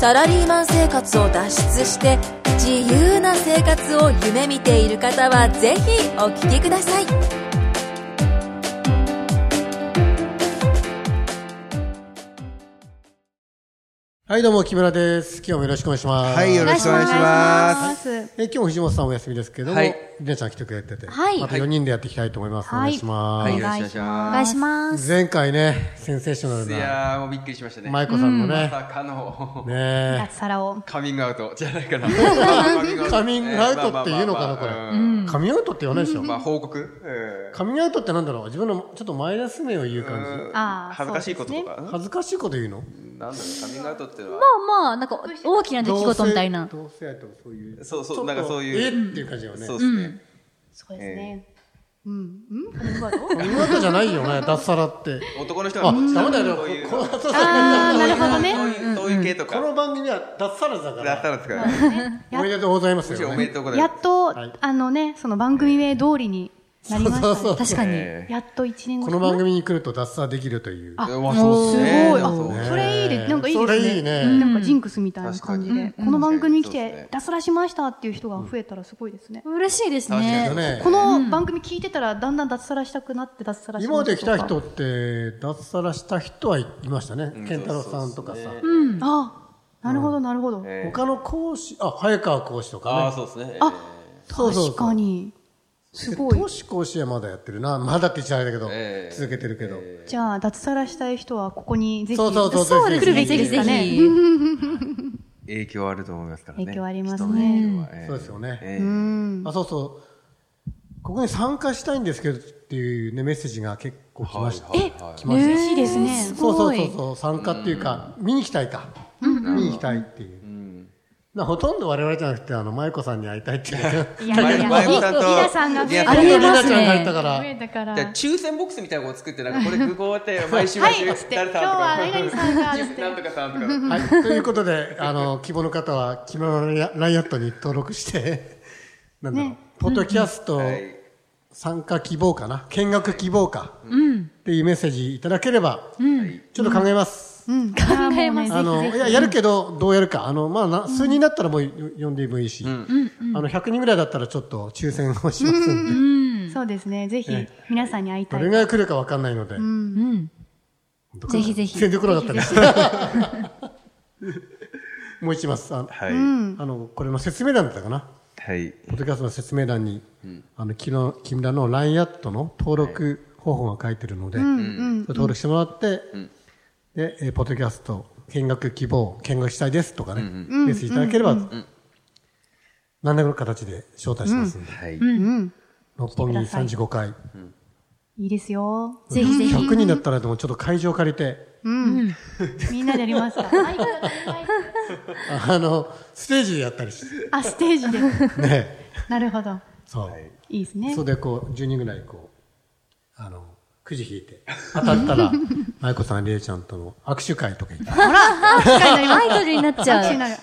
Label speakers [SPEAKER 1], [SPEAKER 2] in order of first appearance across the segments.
[SPEAKER 1] サラリーマン生活を脱出して自由な生活を夢見ている方はぜひお聞きください
[SPEAKER 2] はい、どうも、木村です。今日もよろしくお願いします。
[SPEAKER 3] はい、よろしくお願いします。
[SPEAKER 4] す。
[SPEAKER 2] え今日も藤本さんお休みですけども、
[SPEAKER 3] はい
[SPEAKER 2] りなちゃん来てくれてて、
[SPEAKER 4] はい
[SPEAKER 2] また4人でやっていきたいと思います。
[SPEAKER 4] は
[SPEAKER 2] お願
[SPEAKER 4] い
[SPEAKER 2] いします。
[SPEAKER 3] はい、よろしくお願いし
[SPEAKER 4] お
[SPEAKER 3] ま
[SPEAKER 4] 願いします。
[SPEAKER 2] 前回ね、センセーショナル
[SPEAKER 3] す。い
[SPEAKER 2] な、
[SPEAKER 3] やー、もうびっくりしましたね。
[SPEAKER 2] 舞子さんの
[SPEAKER 3] ま
[SPEAKER 2] ね、
[SPEAKER 3] さかの、
[SPEAKER 2] ね
[SPEAKER 4] 脱サラを。
[SPEAKER 3] カミングアウトじゃな いかな。
[SPEAKER 2] カ
[SPEAKER 3] カ
[SPEAKER 2] ミングアウトっていうのかな、これ。
[SPEAKER 3] れ。
[SPEAKER 2] カミングアウトって言わないでしょ。
[SPEAKER 3] まあ、報告うん
[SPEAKER 2] カミングアウトってなんだろう自分のちょっとマイナス面を言う感
[SPEAKER 4] あー
[SPEAKER 3] 恥ずかしいこととか。
[SPEAKER 2] じ。
[SPEAKER 3] うん
[SPEAKER 2] 恥ずかしいこと言うの
[SPEAKER 3] なんだろう、カミングアウトっていうのは。
[SPEAKER 4] まあまあ、なんか大きな出来事みたいな。
[SPEAKER 2] 同性愛とそういう。
[SPEAKER 3] そう
[SPEAKER 2] ち
[SPEAKER 3] そ
[SPEAKER 2] ょ
[SPEAKER 3] う、
[SPEAKER 2] っ
[SPEAKER 3] なんか
[SPEAKER 2] と
[SPEAKER 3] そういう。
[SPEAKER 2] えっていう感じだよね。
[SPEAKER 3] そうですね。
[SPEAKER 4] そう
[SPEAKER 3] ですね。
[SPEAKER 4] うん。うんカミングアウト
[SPEAKER 2] カミングアウトじゃないよ ね、脱サラって。
[SPEAKER 3] 男の人
[SPEAKER 2] あ、
[SPEAKER 3] は
[SPEAKER 2] ダ
[SPEAKER 3] どっ
[SPEAKER 2] メ
[SPEAKER 3] ちか
[SPEAKER 2] だ
[SPEAKER 3] っていう
[SPEAKER 2] よ
[SPEAKER 3] と、こういう。
[SPEAKER 2] この後
[SPEAKER 4] あー、なるほど
[SPEAKER 3] そう
[SPEAKER 4] ね。
[SPEAKER 3] いうそういう系と
[SPEAKER 2] こ
[SPEAKER 3] か。
[SPEAKER 2] の番組は脱サラだか
[SPEAKER 3] だった
[SPEAKER 2] ら。
[SPEAKER 3] らですからね。
[SPEAKER 2] おめでとうございます
[SPEAKER 3] むしろ
[SPEAKER 2] よ
[SPEAKER 3] おめで
[SPEAKER 2] ね。
[SPEAKER 3] とうござい
[SPEAKER 4] や
[SPEAKER 3] ま
[SPEAKER 4] っと
[SPEAKER 2] はい、
[SPEAKER 4] あのね、その番組名通りになりま
[SPEAKER 2] そうそう
[SPEAKER 4] し
[SPEAKER 2] そ
[SPEAKER 4] た
[SPEAKER 2] う
[SPEAKER 4] ね。確かに
[SPEAKER 3] え。え
[SPEAKER 4] やっと一年後
[SPEAKER 2] この番組に来ると脱サラできるという。
[SPEAKER 4] あ、
[SPEAKER 3] す。
[SPEAKER 4] す
[SPEAKER 3] う
[SPEAKER 4] ご
[SPEAKER 3] わ
[SPEAKER 4] い。
[SPEAKER 3] そうですね。
[SPEAKER 4] あ
[SPEAKER 3] そう、
[SPEAKER 4] それいいで、なんかいい
[SPEAKER 2] そ
[SPEAKER 4] で
[SPEAKER 2] れいいね
[SPEAKER 4] すね。うんなんかジンクスみたいな感じ
[SPEAKER 3] 確
[SPEAKER 4] で。この番組に来
[SPEAKER 3] 確かにそうです
[SPEAKER 4] て
[SPEAKER 3] ね、
[SPEAKER 4] 脱サラしましたっていう人が増えたらすごいですね。
[SPEAKER 5] 嬉しいです
[SPEAKER 3] 確か
[SPEAKER 5] ね
[SPEAKER 3] に。
[SPEAKER 2] ね
[SPEAKER 4] この番組聞いてたら、だんだん脱サラしたくなって脱サラし
[SPEAKER 2] 今ま
[SPEAKER 4] ま
[SPEAKER 2] で
[SPEAKER 4] し
[SPEAKER 2] 来
[SPEAKER 4] た
[SPEAKER 2] た
[SPEAKER 4] とか
[SPEAKER 2] 人って、脱サラした人はいましたね。健太郎さんとかさ。
[SPEAKER 4] うん。あなるほど、なるほど。
[SPEAKER 3] え
[SPEAKER 2] 他の講師、あ、早川講師と
[SPEAKER 3] ーああ、
[SPEAKER 2] かね。
[SPEAKER 3] そうですね。
[SPEAKER 4] あ
[SPEAKER 2] そうそうそう
[SPEAKER 4] 確かに。すごい
[SPEAKER 2] 講。師講師はまだやってるな。まだって言っちゃあれだけど
[SPEAKER 3] え、え
[SPEAKER 2] 続けてるけど。
[SPEAKER 4] じゃあ、脱サラしたい人は、ここにぜひ、
[SPEAKER 2] そうそうそうそう
[SPEAKER 4] 来るべきですか
[SPEAKER 5] ぜ
[SPEAKER 4] ね
[SPEAKER 5] ひ。
[SPEAKER 3] 影響あると思いますからね。
[SPEAKER 4] 影響ありますね
[SPEAKER 3] 人の影響はえー
[SPEAKER 2] そうですよね
[SPEAKER 3] え
[SPEAKER 4] う
[SPEAKER 3] ー
[SPEAKER 4] ん。
[SPEAKER 2] あ、そうそう。ここに参加したいんですけどっていうね、メッセージが結構来ました。
[SPEAKER 3] はいはいはい
[SPEAKER 2] 来ました
[SPEAKER 4] 嬉しいですね。
[SPEAKER 2] そうそうそうそう参加っていうか、見に行きたいか、見に行きたいっていう、なほとんど我々じゃなくてあの舞子さんに会いたいっていう
[SPEAKER 4] いや いや、
[SPEAKER 3] 前もさんと
[SPEAKER 4] リナさんが増えた
[SPEAKER 5] あ
[SPEAKER 4] か
[SPEAKER 5] りえ
[SPEAKER 2] り
[SPEAKER 5] ま
[SPEAKER 2] な
[SPEAKER 5] す
[SPEAKER 2] ちゃんが入っ
[SPEAKER 5] ね
[SPEAKER 2] たか
[SPEAKER 4] 増
[SPEAKER 2] ら
[SPEAKER 4] えたから。
[SPEAKER 3] じゃあ
[SPEAKER 4] は
[SPEAKER 3] 抽選ボックスみたいなのを作ってなんかこれ空港って毎週毎週
[SPEAKER 4] い、つって、今
[SPEAKER 3] 誰
[SPEAKER 4] 日
[SPEAKER 3] さんとか
[SPEAKER 4] は何々さんが、つって。
[SPEAKER 3] なんとかさんとか
[SPEAKER 2] はい、ということであの希望の方は木村ライアットに登録してなんだろう、
[SPEAKER 4] ね
[SPEAKER 2] ポッドキャスト
[SPEAKER 3] はい
[SPEAKER 2] 参加希望かな見学希望か、っていうメッセージいただければ、ちょっと考えます、
[SPEAKER 4] うん、考
[SPEAKER 5] えます
[SPEAKER 2] あのいややるけどどうやるかあの、まあ、な数人だったらもう読んでもいいし、あの100人ぐらいだったらちょっと抽選をしますんで、
[SPEAKER 4] そうですね。ぜひ
[SPEAKER 2] え、
[SPEAKER 4] 皆さんに会いた
[SPEAKER 2] ど
[SPEAKER 4] い。
[SPEAKER 2] れが来るかわかんないので。
[SPEAKER 5] ぜひぜひ。
[SPEAKER 2] 全然来なかったです。もう一枚さん、
[SPEAKER 3] はい
[SPEAKER 2] あの、これの説明欄だったかな。
[SPEAKER 3] はい
[SPEAKER 2] ポッドキャストの説明欄に、あの、木村木村の LINE アットの登録方法が書いてるので、それ登録してもらって、で、えーポッドキャスト、見学希望、見学したいですとかね、メッセージいただければ、何らかの形で招待しますんで、
[SPEAKER 3] はい
[SPEAKER 2] 六本木35階。
[SPEAKER 4] いいですよ。
[SPEAKER 5] ぜひぜひ。
[SPEAKER 2] 100人だったらでもちょっと会場借りて、
[SPEAKER 4] うん。みんなでやります か。
[SPEAKER 2] あの、ステージでやったりして、
[SPEAKER 4] あ、ステージで。
[SPEAKER 2] ね、
[SPEAKER 4] なるほど。
[SPEAKER 2] そう。
[SPEAKER 4] いいですね
[SPEAKER 2] そ。れでこう、10人ぐらいこう、あの、くじ引いて、 当たったら、舞子さん、りえちゃんとの握手会とか行って、
[SPEAKER 5] アイドルになっちゃ
[SPEAKER 4] 私
[SPEAKER 5] う。
[SPEAKER 4] なる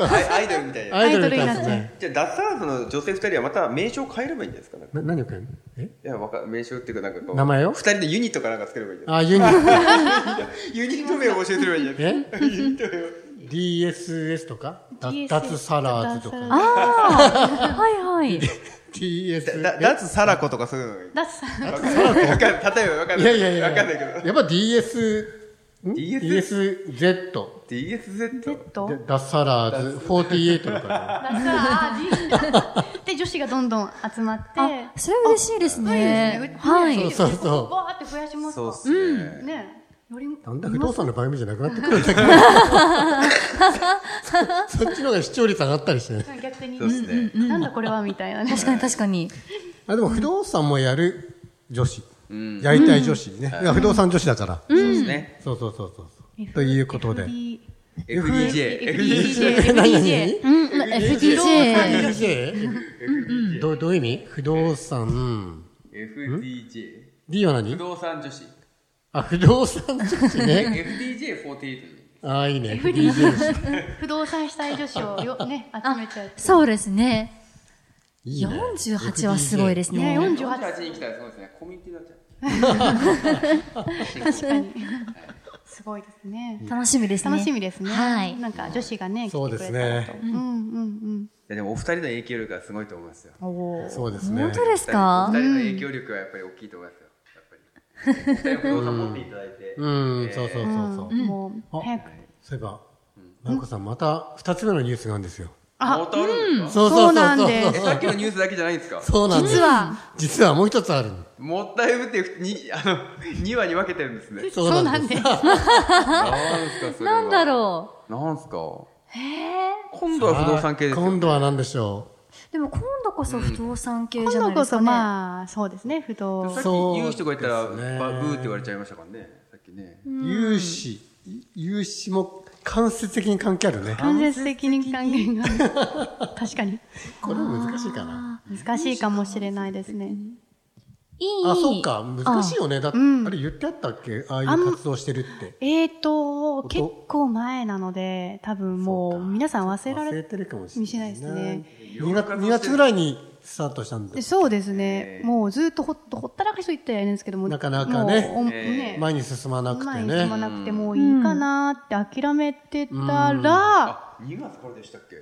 [SPEAKER 4] あ
[SPEAKER 3] アイアイドルみたい な
[SPEAKER 2] アイドルみたいです
[SPEAKER 4] アイドルになっ
[SPEAKER 2] ね。
[SPEAKER 3] じゃあダッサーズの女性二人はまた名称変えればいいんじゃないですかなんか
[SPEAKER 2] な、何をくれんのえ
[SPEAKER 3] いやわか名称っていうかなんかこう
[SPEAKER 2] 名前を
[SPEAKER 3] 二人でユニットかなんかつければいいんじゃない
[SPEAKER 2] あ、ユニッ
[SPEAKER 3] ユニット名を募集すればいいんじゃない
[SPEAKER 2] ト、 え ?DSS とか、だ
[SPEAKER 4] DSS
[SPEAKER 2] 脱サラーズと
[SPEAKER 4] 脱
[SPEAKER 2] か、
[SPEAKER 4] サラ
[SPEAKER 5] はいはい。
[SPEAKER 2] TS。
[SPEAKER 3] だ
[SPEAKER 2] い
[SPEAKER 3] ダツサラコとかそういう
[SPEAKER 4] ダッサ
[SPEAKER 3] のわかんないわかんない例えばわかんない
[SPEAKER 2] やいやいや、
[SPEAKER 3] わかんないけど
[SPEAKER 2] やっぱ DS、ん
[SPEAKER 3] DS
[SPEAKER 2] DSZ、
[SPEAKER 3] DSZ
[SPEAKER 4] Z
[SPEAKER 2] で脱サラーズ、48とか、
[SPEAKER 4] ダサー人類で女子がどんどん集まって
[SPEAKER 5] あ、それ嬉しいですね。
[SPEAKER 4] は
[SPEAKER 5] はいい。
[SPEAKER 2] そうそうそう
[SPEAKER 4] バーって増やします
[SPEAKER 3] そうっ
[SPEAKER 4] か
[SPEAKER 3] すね
[SPEAKER 4] ねえより
[SPEAKER 2] だんだん不動産の番組じゃなくなってくるんだけど。そそっちの方が視聴率上がったりしてね。
[SPEAKER 4] 逆に
[SPEAKER 3] そうっすね
[SPEAKER 4] なんだこれはみたいな ね
[SPEAKER 5] 確かに確かに。
[SPEAKER 2] あでも不動産もやる女子。やりたい女子ね。いや不動産女子だから。
[SPEAKER 3] そうですね
[SPEAKER 2] そうそうそうそう。ということで。
[SPEAKER 4] FD
[SPEAKER 3] FDJ
[SPEAKER 4] FDJ
[SPEAKER 2] 何何
[SPEAKER 4] FDJ
[SPEAKER 5] うん、な FDJ。
[SPEAKER 2] FDJ? どうどういう意味不動産。
[SPEAKER 3] FDJ
[SPEAKER 2] D は
[SPEAKER 3] 不
[SPEAKER 2] 何
[SPEAKER 3] 動産女子
[SPEAKER 2] あ、不動産女子ね。
[SPEAKER 3] FDJ48
[SPEAKER 2] ああ、いいね。
[SPEAKER 4] 不動産主体女子をよ、ね、集めちゃう。
[SPEAKER 5] そうですね。
[SPEAKER 2] いいね
[SPEAKER 5] 48はすごいです
[SPEAKER 4] いや、
[SPEAKER 5] ね。
[SPEAKER 4] 四十八。
[SPEAKER 3] 48人来たらそうですねコミュニティになっちゃう
[SPEAKER 4] 確かに。すごいですね。
[SPEAKER 5] 楽しみですね。
[SPEAKER 4] 楽しみですね。
[SPEAKER 5] はい。
[SPEAKER 4] なんか女子がね、来
[SPEAKER 2] そう
[SPEAKER 4] て
[SPEAKER 2] で
[SPEAKER 4] く
[SPEAKER 2] す
[SPEAKER 4] れたらと。
[SPEAKER 2] ね
[SPEAKER 4] うんうんうん。
[SPEAKER 3] いやでもお二人の影響力はすごいと思いますよ。
[SPEAKER 2] そうですね。
[SPEAKER 5] 本当ですか
[SPEAKER 3] お二人の影響力はやっぱり大きいと思いますよ。やっぱり。お二人の不動産持っていただいて。
[SPEAKER 2] うん、そうそうそうそう。
[SPEAKER 4] もう、
[SPEAKER 2] あ
[SPEAKER 4] 早く。
[SPEAKER 2] そういえば、まゆこさん、また二つ目のニュースがあるんですよ。
[SPEAKER 3] あ、元あるんです
[SPEAKER 2] そ
[SPEAKER 3] か
[SPEAKER 2] うそうそうそう
[SPEAKER 4] そうなんで
[SPEAKER 3] え、
[SPEAKER 4] す
[SPEAKER 3] さっきのニュースだけじゃないんですか
[SPEAKER 2] そうなんです。
[SPEAKER 4] 実は、
[SPEAKER 2] 実はもう一つあるの
[SPEAKER 3] もったいぶってふ、に、あの、2話に分けてるんです ね。
[SPEAKER 4] そうなんです。
[SPEAKER 3] なんすか、それ
[SPEAKER 5] なんだろ
[SPEAKER 3] う。なんすか。今度は不動産系ですよ。
[SPEAKER 2] 今度は何でしょ
[SPEAKER 5] でも今度こそ不動産系
[SPEAKER 4] 今
[SPEAKER 5] じゃな
[SPEAKER 4] 度
[SPEAKER 5] いで
[SPEAKER 4] こ
[SPEAKER 5] すか
[SPEAKER 4] そ
[SPEAKER 5] ね。
[SPEAKER 4] まあ、そうですね、不動
[SPEAKER 3] さっ。き言う人がいたら、ばブーって言われちゃいましたからね。さっきね。
[SPEAKER 2] う。融資。融資も間接的に関係あるね。
[SPEAKER 4] 間接的に関係が。確かに。
[SPEAKER 2] これ難しいかな。
[SPEAKER 4] 難しいかもしれないですね。
[SPEAKER 5] いい。
[SPEAKER 2] あ、そうか。難しいよね。だって、あれ言ってあったっけああい
[SPEAKER 4] あん
[SPEAKER 2] う活動してるって。
[SPEAKER 4] えーと、
[SPEAKER 2] 音
[SPEAKER 4] 結構前なので、多分もう皆さん忘れら
[SPEAKER 2] 忘
[SPEAKER 4] れ
[SPEAKER 2] れてるかもしれない
[SPEAKER 4] 見せない
[SPEAKER 2] 2月二月ぐらいにスタートしたんだ
[SPEAKER 4] で。そうですね。もうずっとほっほったらかしと言ったらいいんですけども。
[SPEAKER 2] なかなかね
[SPEAKER 4] もうお
[SPEAKER 3] えー
[SPEAKER 4] ね
[SPEAKER 2] 前に進まなくて
[SPEAKER 4] 前に進ま
[SPEAKER 2] ね。
[SPEAKER 4] なくてもういいかなって諦めてたら、
[SPEAKER 3] あ、2月からでしたっけ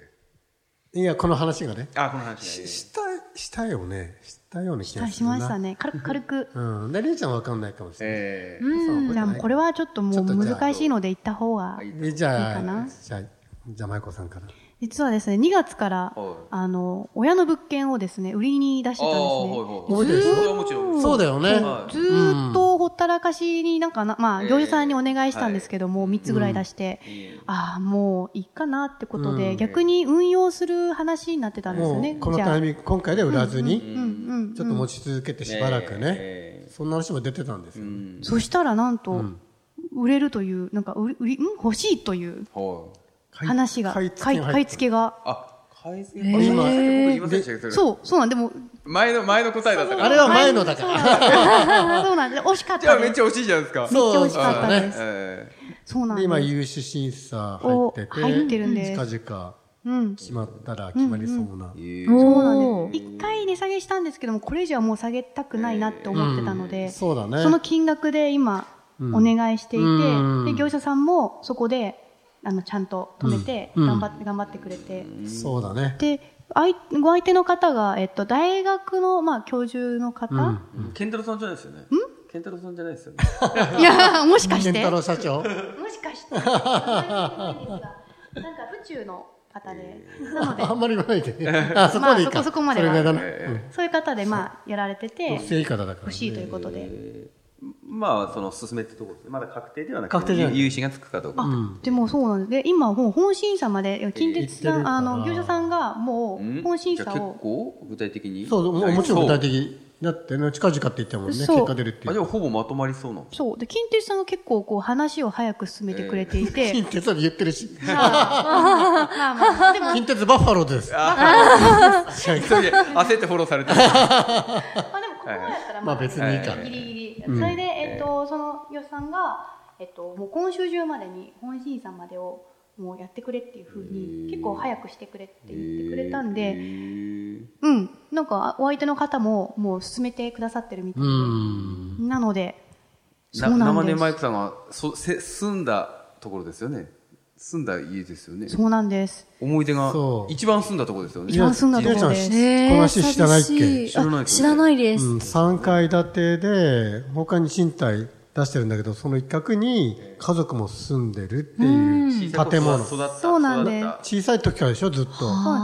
[SPEAKER 2] いや、この話がね。
[SPEAKER 3] あ、この話ね。
[SPEAKER 2] した、したよね。したような気が
[SPEAKER 4] はい
[SPEAKER 2] す
[SPEAKER 4] し
[SPEAKER 2] る
[SPEAKER 4] ま
[SPEAKER 2] な。
[SPEAKER 4] したね。軽く、軽く。
[SPEAKER 2] うん。で、りゅうちゃんわかんないかもしれない。
[SPEAKER 3] え
[SPEAKER 4] うん。じゃあもうこれはちょっともう難しいので行った方が。
[SPEAKER 2] えじゃあ、
[SPEAKER 4] いいかな
[SPEAKER 2] じゃあ、じゃあ、まゆこさんから。
[SPEAKER 4] 実はですね、2月から
[SPEAKER 3] はい、
[SPEAKER 4] あの、親の物件をですね、売りに出して
[SPEAKER 3] ああ、
[SPEAKER 4] たんです
[SPEAKER 3] はい
[SPEAKER 4] ね。
[SPEAKER 3] はい。
[SPEAKER 2] 覚えてるでしょ
[SPEAKER 3] それはもちろん。
[SPEAKER 2] そうだよね。
[SPEAKER 3] はい
[SPEAKER 4] ずーっとほったらかしになんかな、まあ、業者さんにお願いしたんですけども、3つぐらい出して、ああ、もういいかなってことで、逆に運用する話になってたんですよ
[SPEAKER 2] も
[SPEAKER 4] ね。
[SPEAKER 2] う、この
[SPEAKER 4] じゃあ
[SPEAKER 2] タイミング、今回で売らず
[SPEAKER 4] う
[SPEAKER 2] に、
[SPEAKER 4] んうん。
[SPEAKER 2] ちょっと持ち続けてしばらくね
[SPEAKER 3] え。
[SPEAKER 2] そんな話も出てたんですよ。
[SPEAKER 4] そしたらなんと、売れるという、なんか売り、売り、ん欲しいという
[SPEAKER 3] はい。
[SPEAKER 2] 買い
[SPEAKER 4] 話が、買い、
[SPEAKER 2] 付けが
[SPEAKER 4] 買
[SPEAKER 2] 入
[SPEAKER 4] い
[SPEAKER 2] って
[SPEAKER 4] 付けが。
[SPEAKER 3] あ、改善。
[SPEAKER 2] ー
[SPEAKER 3] あ今、僕言いませんでしたっけそれ
[SPEAKER 4] そう、そうなんでも、
[SPEAKER 3] 前の、前の答えだったか
[SPEAKER 2] あれ
[SPEAKER 3] ら。
[SPEAKER 2] は前のだから。
[SPEAKER 4] そうなんです。惜しかっ
[SPEAKER 3] じゃ
[SPEAKER 4] た
[SPEAKER 3] あめ
[SPEAKER 4] で
[SPEAKER 3] っ
[SPEAKER 4] す。
[SPEAKER 3] ちゃ惜しいじゃないですか。
[SPEAKER 2] そう
[SPEAKER 4] めっちゃ惜しかったです
[SPEAKER 3] ええ
[SPEAKER 4] そうなん
[SPEAKER 2] で今、
[SPEAKER 4] です。
[SPEAKER 2] 融資審査入ってて、
[SPEAKER 4] お入ってるんです
[SPEAKER 2] 近々
[SPEAKER 4] うん。
[SPEAKER 2] 決まったら決まりそうな。
[SPEAKER 4] そう
[SPEAKER 5] お
[SPEAKER 4] なん
[SPEAKER 5] ー
[SPEAKER 4] です。一回値下げしたんですけども、これ以上はもう下げたくないなって思ってたので、
[SPEAKER 2] そうだね。
[SPEAKER 4] その金額で今、お願いしていて、
[SPEAKER 2] うん
[SPEAKER 4] で、業者さんもそこで、あの、ちゃんと止めて、
[SPEAKER 2] うん
[SPEAKER 4] 頑張って、頑張ってくれて、
[SPEAKER 2] そうだね。
[SPEAKER 4] で、相ご相手の方が、えっと、大学の、まあ、教授の方、
[SPEAKER 3] ケンタロウさんじゃないですよね。ケンタロウさんじゃないですよね。
[SPEAKER 4] いや、もしかして、
[SPEAKER 2] 健太
[SPEAKER 4] も
[SPEAKER 2] 郎社長。
[SPEAKER 4] しかして、なんか宇宙の方で、なの で
[SPEAKER 2] あ、んまり言わないで。 あ、そこまでいい
[SPEAKER 4] ま
[SPEAKER 2] か。
[SPEAKER 4] あそこそこまで
[SPEAKER 2] そ
[SPEAKER 4] は
[SPEAKER 2] れぐらいだな。
[SPEAKER 4] そういう方で、まあ、やられて
[SPEAKER 2] う
[SPEAKER 4] て
[SPEAKER 2] ん。、正義方だから
[SPEAKER 4] 欲
[SPEAKER 2] ね。
[SPEAKER 4] しいということで。
[SPEAKER 3] まあ、その、進めってとこですね。まだ確定ではなくて、
[SPEAKER 2] 確定じゃない
[SPEAKER 3] 融資がつくかどうか。
[SPEAKER 4] でもそうなんで、で今もう本審査まで、近鉄
[SPEAKER 2] 行って
[SPEAKER 4] さ
[SPEAKER 2] る
[SPEAKER 4] ん、
[SPEAKER 2] から
[SPEAKER 4] あの、業者さんがも
[SPEAKER 3] うん
[SPEAKER 4] う本審
[SPEAKER 3] じ
[SPEAKER 4] 査
[SPEAKER 3] ゃあ結
[SPEAKER 4] を、
[SPEAKER 3] 構、具体的に。
[SPEAKER 2] そう、もうもちろん具体
[SPEAKER 3] 的。
[SPEAKER 2] 的。だってね、近々って言ったもんね。
[SPEAKER 4] そう
[SPEAKER 2] 結果出るって
[SPEAKER 3] あ、
[SPEAKER 2] い
[SPEAKER 3] で
[SPEAKER 2] う。
[SPEAKER 3] もほぼまとまりそうなの。
[SPEAKER 4] そう。で、近鉄さんが結構こう話を早く進めてくれていて、
[SPEAKER 2] 近鉄だって言ってるし。
[SPEAKER 4] まあまあま あ、でも
[SPEAKER 2] 近鉄バッファローズです。
[SPEAKER 3] それで、焦ってフォローされてる。は
[SPEAKER 4] まあでもここまでだったら
[SPEAKER 2] まあ別にいいか
[SPEAKER 3] は。
[SPEAKER 4] ギリギリ。それで、えっと、その予算が、えっと、もう今週中までに本審査までをもうやってくれっていうふうに、結構早くしてくれって言ってくれたんで、うん。なんか、お相手の方ももう進めてくださってるみたいうで
[SPEAKER 2] ん。
[SPEAKER 4] なので、
[SPEAKER 3] な
[SPEAKER 4] そうなんで
[SPEAKER 3] 生
[SPEAKER 4] す
[SPEAKER 3] 根マイクさんは、そ、せ、住んだところですよね。住んだ家ですよね。
[SPEAKER 4] そうなんです。
[SPEAKER 3] 思い出が
[SPEAKER 2] そ、う
[SPEAKER 3] 一番住んだところですよね。
[SPEAKER 4] 一番住んだところで
[SPEAKER 2] りゅう
[SPEAKER 4] す。
[SPEAKER 2] ち
[SPEAKER 5] えー
[SPEAKER 2] この話知らないっ
[SPEAKER 5] 寂
[SPEAKER 2] け
[SPEAKER 5] し
[SPEAKER 3] 知らない
[SPEAKER 5] あ知らないです。
[SPEAKER 2] うん、3階建てで、他に賃貸出してるんだけど、その一角に家族も住んでるっていう建物。
[SPEAKER 3] 育った。
[SPEAKER 4] そうなんです
[SPEAKER 3] 育った
[SPEAKER 2] 小さい時からでしょ、ずっと。
[SPEAKER 4] そうなんです。おば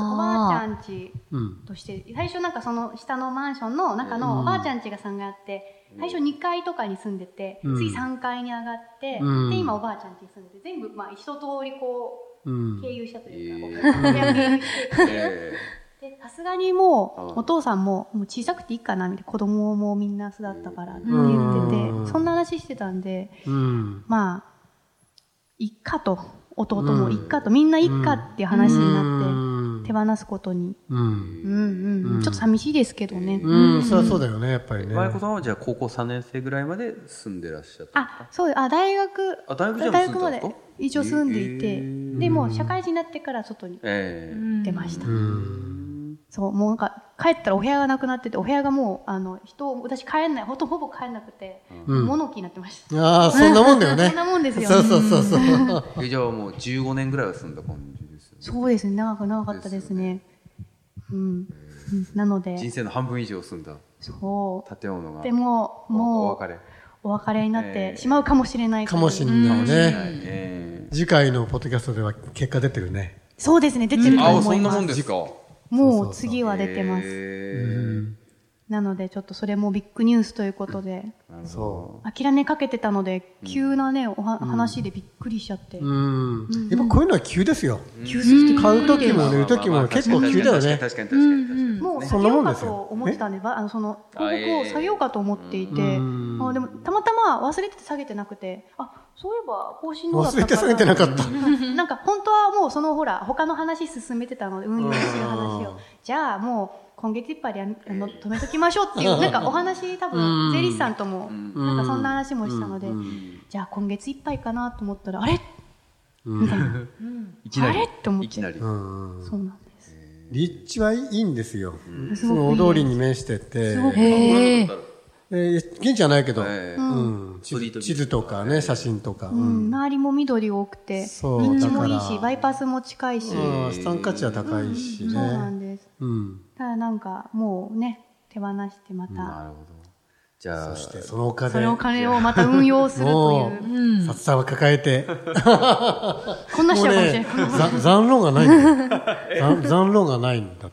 [SPEAKER 4] あちゃん家
[SPEAKER 2] うん。
[SPEAKER 4] として、最初なんかその下のマンションの中のおばあちゃん家が3階あって、最初2階とかに住んでて、
[SPEAKER 2] ん
[SPEAKER 4] 次3階に上がって、
[SPEAKER 2] うん
[SPEAKER 4] で、今おばあちゃん家に住んでて、全部まあ一通りこ
[SPEAKER 2] う
[SPEAKER 4] う、
[SPEAKER 2] ん
[SPEAKER 4] 経。由したという
[SPEAKER 3] え
[SPEAKER 4] か、お親経由して
[SPEAKER 3] え
[SPEAKER 4] でさすがにも
[SPEAKER 3] うん
[SPEAKER 4] う、お父さんも、もう小さくていいかな、みたいな、子供もみんな育ったからって言って
[SPEAKER 2] うん
[SPEAKER 4] て、そんな話してたんで、
[SPEAKER 2] うん。
[SPEAKER 4] まあ、いっかと、弟もいっかと、みんないっかっていう話になって、
[SPEAKER 2] うん
[SPEAKER 4] 手放すことに。
[SPEAKER 2] うん。
[SPEAKER 4] うんうんうん。ちょっと寂しいですけどね。
[SPEAKER 2] うん、そりゃそうだよね、やっぱりね。
[SPEAKER 3] 舞子さんはじゃあ高校3年生ぐらいまで住んでらっしゃった
[SPEAKER 4] あ、そう、あ、大学、
[SPEAKER 3] あ大学じゃ
[SPEAKER 4] 大
[SPEAKER 3] 住ん
[SPEAKER 4] 学
[SPEAKER 3] だ
[SPEAKER 4] ま
[SPEAKER 3] の
[SPEAKER 4] で一応住んでい
[SPEAKER 3] へ
[SPEAKER 4] て、
[SPEAKER 3] ー
[SPEAKER 4] で、もう社会人になってから外に
[SPEAKER 3] ええ
[SPEAKER 4] 出ました。
[SPEAKER 2] うん。
[SPEAKER 4] そう、もうなんか、帰ったらお部屋がなくなってて、お部屋がもう、あの、人、私帰んない、ほとほぼ帰んなくて、
[SPEAKER 2] うん
[SPEAKER 4] 物置になってました。
[SPEAKER 2] ああ、そんなもんだよね。
[SPEAKER 4] そんなもんですよ
[SPEAKER 2] そうそうそうそう。
[SPEAKER 3] えじゃあもう15年ぐらいは住んだ感じですよね
[SPEAKER 4] そうですね、長く長かったですね。うんうん。なので、
[SPEAKER 3] 人生の半分以上住んだ
[SPEAKER 4] そ
[SPEAKER 3] 建物
[SPEAKER 4] う。
[SPEAKER 3] が
[SPEAKER 4] でも、もう、
[SPEAKER 3] お別れ
[SPEAKER 4] お別れになっ
[SPEAKER 3] え
[SPEAKER 4] て
[SPEAKER 3] ー
[SPEAKER 4] しまうかもしれないとい
[SPEAKER 2] か
[SPEAKER 4] う
[SPEAKER 2] もしんない
[SPEAKER 3] はい
[SPEAKER 2] ね。
[SPEAKER 3] え
[SPEAKER 2] 次回のポッドキャストでは結果出てるね。
[SPEAKER 4] そうですね、出てる
[SPEAKER 3] え
[SPEAKER 4] と
[SPEAKER 3] あ
[SPEAKER 4] 思
[SPEAKER 3] そ
[SPEAKER 4] い
[SPEAKER 3] んな
[SPEAKER 4] ま
[SPEAKER 3] もんで
[SPEAKER 4] す。
[SPEAKER 3] すか
[SPEAKER 4] もう次は出てます。
[SPEAKER 3] え
[SPEAKER 4] なので、ちょっとそれもビッグニュースということで、
[SPEAKER 2] そ
[SPEAKER 4] 諦めかけてたので、急なね、おは話でびっくりしちゃって
[SPEAKER 2] う。、うん。やっぱこういうのは急ですよ。
[SPEAKER 4] 急すぎて
[SPEAKER 2] 買う時
[SPEAKER 3] え
[SPEAKER 2] も売る時も結構急だよね。
[SPEAKER 3] 確かに確かに確かに確かに
[SPEAKER 4] もう
[SPEAKER 2] そ
[SPEAKER 4] 下
[SPEAKER 2] ん
[SPEAKER 4] げ
[SPEAKER 2] な
[SPEAKER 4] よ
[SPEAKER 2] も
[SPEAKER 4] うん
[SPEAKER 2] で
[SPEAKER 4] か
[SPEAKER 2] すよ
[SPEAKER 4] と思ってたんで、ばあのその
[SPEAKER 3] あ
[SPEAKER 4] 広告
[SPEAKER 3] え
[SPEAKER 4] を
[SPEAKER 3] え
[SPEAKER 4] 下げようかと思っていて、
[SPEAKER 2] うん
[SPEAKER 4] あでもたまたま忘れてて下げてなくて、あそういえば更新のだっ
[SPEAKER 2] 忘れ
[SPEAKER 4] た
[SPEAKER 2] て下げてなかった。
[SPEAKER 4] なんか本当はもうそのほら他の話進めてたので運用する話
[SPEAKER 2] うん
[SPEAKER 4] をじゃあもう今月いっぱいでやめあ の止めときましょうっていうなんかお話多
[SPEAKER 2] うん
[SPEAKER 4] 分税理士さんともなんかそんな話もしたので
[SPEAKER 2] うん
[SPEAKER 4] じゃあ今月いっぱいかなと思ったらあれ
[SPEAKER 2] うん。
[SPEAKER 3] いきなり
[SPEAKER 4] あれって思って
[SPEAKER 3] いきなり
[SPEAKER 2] うん
[SPEAKER 4] そうなんです
[SPEAKER 2] 立地はいいんですよ。
[SPEAKER 4] す
[SPEAKER 2] そ
[SPEAKER 4] ごく
[SPEAKER 2] の
[SPEAKER 4] いい
[SPEAKER 2] お通りに面してて。
[SPEAKER 5] へえ。
[SPEAKER 2] えー現地じゃないけど、
[SPEAKER 3] ええ
[SPEAKER 2] うん地図地図とかね、写真とか。う
[SPEAKER 4] うん
[SPEAKER 2] ん
[SPEAKER 4] 周りも緑多くて
[SPEAKER 2] そう
[SPEAKER 4] 立地もいい
[SPEAKER 2] だから
[SPEAKER 4] しバイパスも近いし
[SPEAKER 2] うん資産価値は高いし
[SPEAKER 4] そう
[SPEAKER 2] ね。
[SPEAKER 4] なんです
[SPEAKER 2] うん。
[SPEAKER 4] ただなんかもうね手放して
[SPEAKER 3] な
[SPEAKER 4] また
[SPEAKER 3] るほどじゃ
[SPEAKER 2] そ
[SPEAKER 3] あ
[SPEAKER 2] してそのお金。
[SPEAKER 4] そのお金をまた運用すると
[SPEAKER 2] も
[SPEAKER 4] いう
[SPEAKER 2] う札束抱えて。
[SPEAKER 4] こんなし
[SPEAKER 2] も
[SPEAKER 4] ち
[SPEAKER 2] う
[SPEAKER 4] ゃうかもしれ
[SPEAKER 2] ね
[SPEAKER 4] な
[SPEAKER 2] ざ
[SPEAKER 4] い、
[SPEAKER 2] 残論がないんだよ残残論がないんだ。
[SPEAKER 3] あ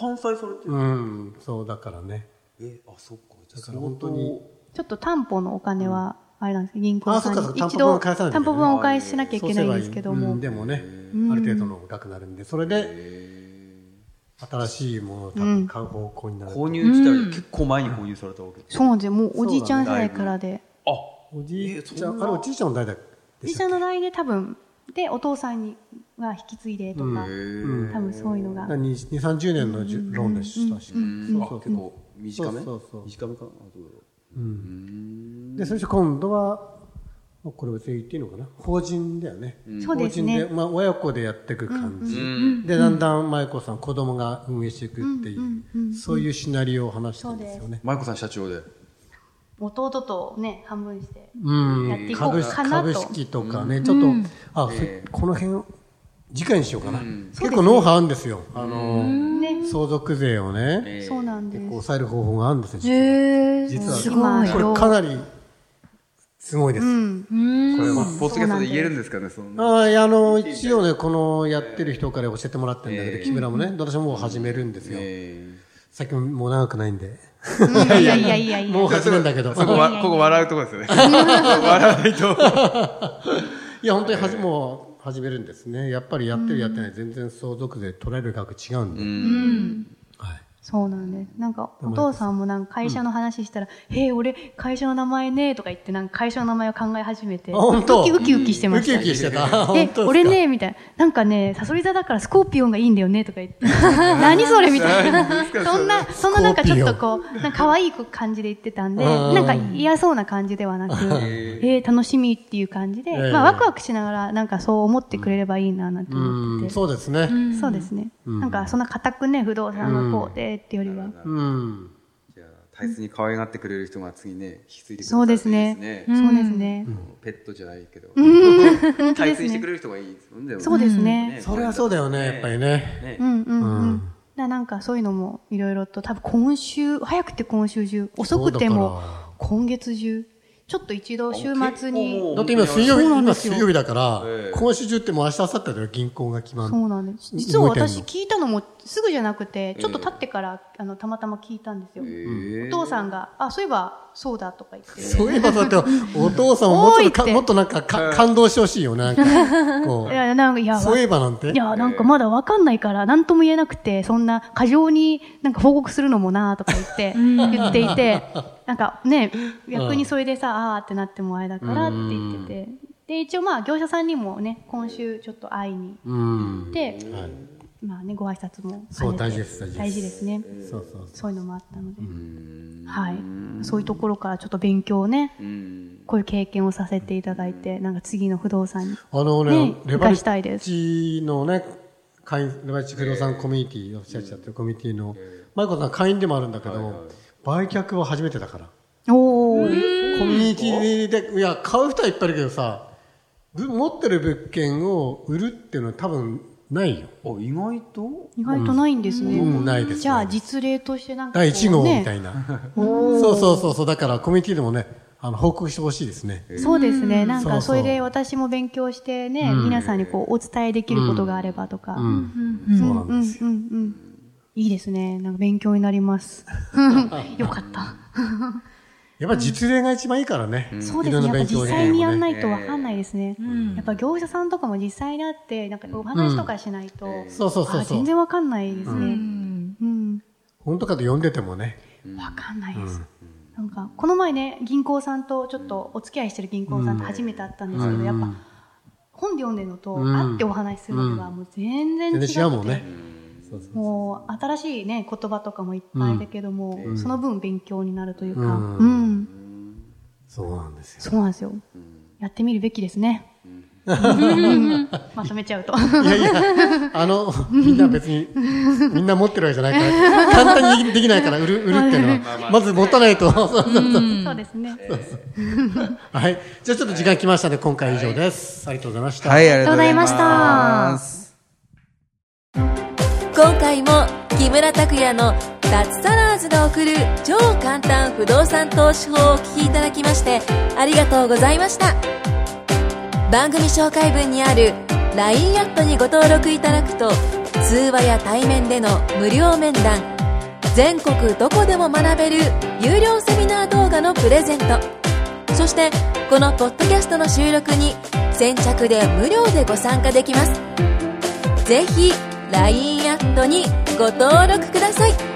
[SPEAKER 3] 完済されてる
[SPEAKER 2] うん、そうだからね。
[SPEAKER 3] えあそっかじゃ
[SPEAKER 2] だ
[SPEAKER 3] あ
[SPEAKER 2] から本当に
[SPEAKER 4] ちょっと担保のお金は、あれなんです銀行
[SPEAKER 2] あ
[SPEAKER 4] さ
[SPEAKER 2] そ
[SPEAKER 4] ん
[SPEAKER 2] っ
[SPEAKER 4] に
[SPEAKER 2] かそっか
[SPEAKER 4] 一
[SPEAKER 2] 担保分
[SPEAKER 4] 度、
[SPEAKER 2] は返さなきゃいけない
[SPEAKER 4] 担保分を返しなきゃいけないんですけど
[SPEAKER 2] う
[SPEAKER 4] も
[SPEAKER 2] ん、でもね、ある程度の額になるんで、それで、新しいものを多分買う方向になる。
[SPEAKER 3] 購入自体結構前に購入されたわけ
[SPEAKER 4] そうなんですよ、もうおじいちゃん世代からで、
[SPEAKER 3] あ
[SPEAKER 2] おじいちゃ
[SPEAKER 3] えそん
[SPEAKER 2] ん、
[SPEAKER 3] な
[SPEAKER 2] あれおじいちゃんの代だ。
[SPEAKER 4] おじいちゃんの代で多分、で、お父さんには引き継いでとか、
[SPEAKER 2] うん
[SPEAKER 4] 多分そういうのが、
[SPEAKER 2] 2、30年のじゅローンでしたし。
[SPEAKER 3] あ
[SPEAKER 2] そうそう
[SPEAKER 3] 結構短め
[SPEAKER 2] そうそうそう
[SPEAKER 3] 短めかなあどうだろう
[SPEAKER 2] で、そして今度は、もうこれ別に言っていいのかな法人だよね。
[SPEAKER 4] そうですね
[SPEAKER 2] 法人で、まあ、親子でやっていく感じ。で、だんだん舞子さん、子供が運営していくっていう、そういうシナリオを話してるんですよね。
[SPEAKER 3] 舞子さん社長で
[SPEAKER 4] 弟とね、半分して、
[SPEAKER 2] うん
[SPEAKER 4] やっていこ
[SPEAKER 2] 株
[SPEAKER 4] う
[SPEAKER 2] 式
[SPEAKER 4] かなと
[SPEAKER 2] 株式とかね、ちょっと、あ、そ
[SPEAKER 3] ええ
[SPEAKER 2] この辺、次回にしようかな。
[SPEAKER 4] そう
[SPEAKER 2] 結
[SPEAKER 4] です
[SPEAKER 2] 構
[SPEAKER 4] ね
[SPEAKER 2] ノウハウあるんですよ。あの、
[SPEAKER 4] ね、
[SPEAKER 2] 相続税をね、
[SPEAKER 4] そうなんで
[SPEAKER 2] 結構
[SPEAKER 4] す。
[SPEAKER 2] 抑える方法があるんですよ。
[SPEAKER 5] へえ。
[SPEAKER 2] 実
[SPEAKER 5] す
[SPEAKER 2] は、
[SPEAKER 5] ごい。
[SPEAKER 2] これかなり、すごいです。
[SPEAKER 4] うん、
[SPEAKER 3] これはポッドキャストで言えるんですかねそんな
[SPEAKER 2] ああいやあの一応ね、このやってる人から教えてもらってるんだけど、
[SPEAKER 3] ええ
[SPEAKER 2] 木村もね、私ももう始めるんですよ。
[SPEAKER 3] ええ
[SPEAKER 2] さっきももう長くないんで。
[SPEAKER 4] いやいやいやいやい
[SPEAKER 2] もう
[SPEAKER 4] や、
[SPEAKER 2] 始めるんだけど。
[SPEAKER 3] そこはここ笑うとこ ですよね笑わないと
[SPEAKER 2] いや、本当にはじ、もう始めるんですね。やっぱりやってるやってない、全然相続税取られる額違うんで。はい。
[SPEAKER 4] そうなんです。なんか、お父さんもなんか会社の話したら、へえ、俺、会社の名前ね、とか言って、なんか会社の名前を考え始めて、
[SPEAKER 2] あ本当
[SPEAKER 4] ウキウキウキしてま
[SPEAKER 2] ウ
[SPEAKER 4] し
[SPEAKER 2] キ
[SPEAKER 4] た
[SPEAKER 2] ウ。キしてた。
[SPEAKER 4] え
[SPEAKER 2] 本当ですか
[SPEAKER 4] 俺。ね、みたいな。なんかね、サソリ座だからスコーピオンがいいんだよね、とか言 って。何それみたいな。そんな、そんななんかちょっとこう、なんか可愛い感じで言ってたんで、
[SPEAKER 2] うん
[SPEAKER 4] なんか嫌そうな感じではなく、えー、楽しみっていう感じで、
[SPEAKER 2] ええ
[SPEAKER 4] まあワクワクしながら、なんかそう思ってくれればいいな、なんて思っ
[SPEAKER 2] う
[SPEAKER 4] て
[SPEAKER 2] ん、
[SPEAKER 4] て。
[SPEAKER 2] そうですね。
[SPEAKER 4] そうですね。なんかそんな固くね、不動産がこうでっていうよりは。
[SPEAKER 2] うん。
[SPEAKER 3] じゃあ大切に可愛がってくれる人が次ね引き継いでくれたら
[SPEAKER 4] そうです
[SPEAKER 3] いい
[SPEAKER 4] ね。そうですね。
[SPEAKER 3] ペットじゃないけど 大切にしてくれる人がいいですもんね
[SPEAKER 4] そうですね。
[SPEAKER 2] それはそうだよね、やっぱりね。
[SPEAKER 3] ね
[SPEAKER 4] うんうんう。
[SPEAKER 2] うん
[SPEAKER 4] だからなんかそういうのもいろいろと、多分今週、早くて今週中、遅くて
[SPEAKER 2] そう
[SPEAKER 4] も
[SPEAKER 2] だから
[SPEAKER 4] 今月中、ちょっと一度週末
[SPEAKER 3] 結構も
[SPEAKER 4] に、
[SPEAKER 2] だって今水曜日、
[SPEAKER 4] そうなん
[SPEAKER 2] 今
[SPEAKER 4] ですよ
[SPEAKER 2] 水曜日だから
[SPEAKER 3] ええ、
[SPEAKER 2] 今週中ってもう明日、明後日だよ、銀行が決まる。
[SPEAKER 4] そうなんです。
[SPEAKER 2] 動いて
[SPEAKER 4] 実
[SPEAKER 2] ん
[SPEAKER 4] は
[SPEAKER 2] の
[SPEAKER 4] 私聞いたのもすぐじゃなくて、ちょっと経ってから、あの、たまたま聞いたんですよ。
[SPEAKER 3] え
[SPEAKER 4] お
[SPEAKER 3] え
[SPEAKER 4] 父さんが、あ、そういえば、そうだとか言って。
[SPEAKER 2] そういえばだって、お父さんももうちょっと
[SPEAKER 4] 多いっ
[SPEAKER 2] か、
[SPEAKER 4] て
[SPEAKER 2] もっとなんかか感動してほしいよね。なんかこ
[SPEAKER 4] いや、なんか、いうや、
[SPEAKER 2] そういえばなんて
[SPEAKER 4] い。や、なんかまだわかんないから、なんとも言えなくて、そんな過剰になんか報告するのもなとか言って、言ってい て、なんかね、逆にそれでさ、あーってなってもあれだからって言ってて、で、一応まあ業者さんにもね、今週ちょっと会いに
[SPEAKER 2] うん。
[SPEAKER 4] 行って、まあね、ご挨拶も
[SPEAKER 2] そう
[SPEAKER 4] 兼
[SPEAKER 2] 大
[SPEAKER 4] ねて
[SPEAKER 2] 事です大事です
[SPEAKER 4] 大事ですね。
[SPEAKER 2] そうそうそ
[SPEAKER 4] そういうのもあったので、はい、そういうところからちょっと勉強をね、こういう経験をさせていただいて、なんか次の不動産に。
[SPEAKER 2] う。あのね、
[SPEAKER 4] ね
[SPEAKER 2] レバレ
[SPEAKER 4] 生かしたいで
[SPEAKER 2] ッジのね、会員、レバレッジ不動産コミュニティ、私たちやってるコミュニティの、マイコさん会員でもあるんだけど、売却は初めてだから。
[SPEAKER 4] おお、
[SPEAKER 2] コミュニティで、いや、買う人はいっぱいいるけどさ、ぶ持ってる物件を売るっていうのは多分ないよ。
[SPEAKER 3] あ意外と
[SPEAKER 4] 意外とないんですね。
[SPEAKER 2] うんないです
[SPEAKER 4] じゃあ実例としてなんかこう、
[SPEAKER 2] 第1号みた
[SPEAKER 4] ね。
[SPEAKER 2] いな。そうそうそうそう、だからコミュニティでもね、あの、報告してほしいですね。
[SPEAKER 4] そうですね。なん
[SPEAKER 2] そうそ
[SPEAKER 4] か
[SPEAKER 2] う
[SPEAKER 4] それで私も勉強してね、皆さんにこうお伝えできることがあればとか。うん
[SPEAKER 2] そうなん
[SPEAKER 4] うん
[SPEAKER 2] です。
[SPEAKER 4] うんうん。いいですね。なんか勉強にな ります。よかった。
[SPEAKER 2] やっぱり実例が一番いいからね。
[SPEAKER 4] そうで
[SPEAKER 2] い
[SPEAKER 4] す
[SPEAKER 2] ろんな
[SPEAKER 4] ね。やっぱ
[SPEAKER 2] 勉強
[SPEAKER 4] 実際にやんないいとわかんないですね。やっぱ業者さんとかも実際に会って、なんかお話とかしないと、
[SPEAKER 2] そうそうそう
[SPEAKER 4] あ
[SPEAKER 2] そう
[SPEAKER 4] 全。然わかんないですね。うん。
[SPEAKER 2] 本とかで読んでてもね。
[SPEAKER 4] わかんないです。なんか、この前ね、銀行さんとちょっとお付き合いしてる銀行さんと初めて会ったんですけど、やっぱ、本で読んでるのと、
[SPEAKER 2] うん
[SPEAKER 4] 会ってお話しするのはもう全然違
[SPEAKER 2] 全
[SPEAKER 4] って。
[SPEAKER 2] 然違うもんね。そうそう
[SPEAKER 4] もう、新しいね、言葉とかもいっぱいだけども、その分勉強になるというか、
[SPEAKER 2] うん
[SPEAKER 4] うん
[SPEAKER 2] そうなんですよ。
[SPEAKER 4] そうなんですよ。やってみるべきですね。まとめちゃうと。
[SPEAKER 2] いやいや、あの、みんな別に、みんな持ってるわけじゃないから、簡単にできないから、売る、売るっていうのは、まず持たないと。 そうそうそう
[SPEAKER 4] そうですね。
[SPEAKER 2] はい。じゃあちょっと時間来ましたね。今回以上です。ありがとうございました。
[SPEAKER 3] はいありがとうござい
[SPEAKER 4] ありがとうござい
[SPEAKER 3] ま
[SPEAKER 4] ま
[SPEAKER 3] した
[SPEAKER 1] 今回も木村拓哉の脱サラーズが送る超簡単不動産投資法をお聞きいただきましてありがとうございました番組紹介文にある LINE アットにご登録いただくと通話や対面での無料面談全国どこでも学べる有料セミナー動画のプレゼントそしてこのポッドキャストの収録に先着で無料でご参加できますぜひ LINE アットにご登録ください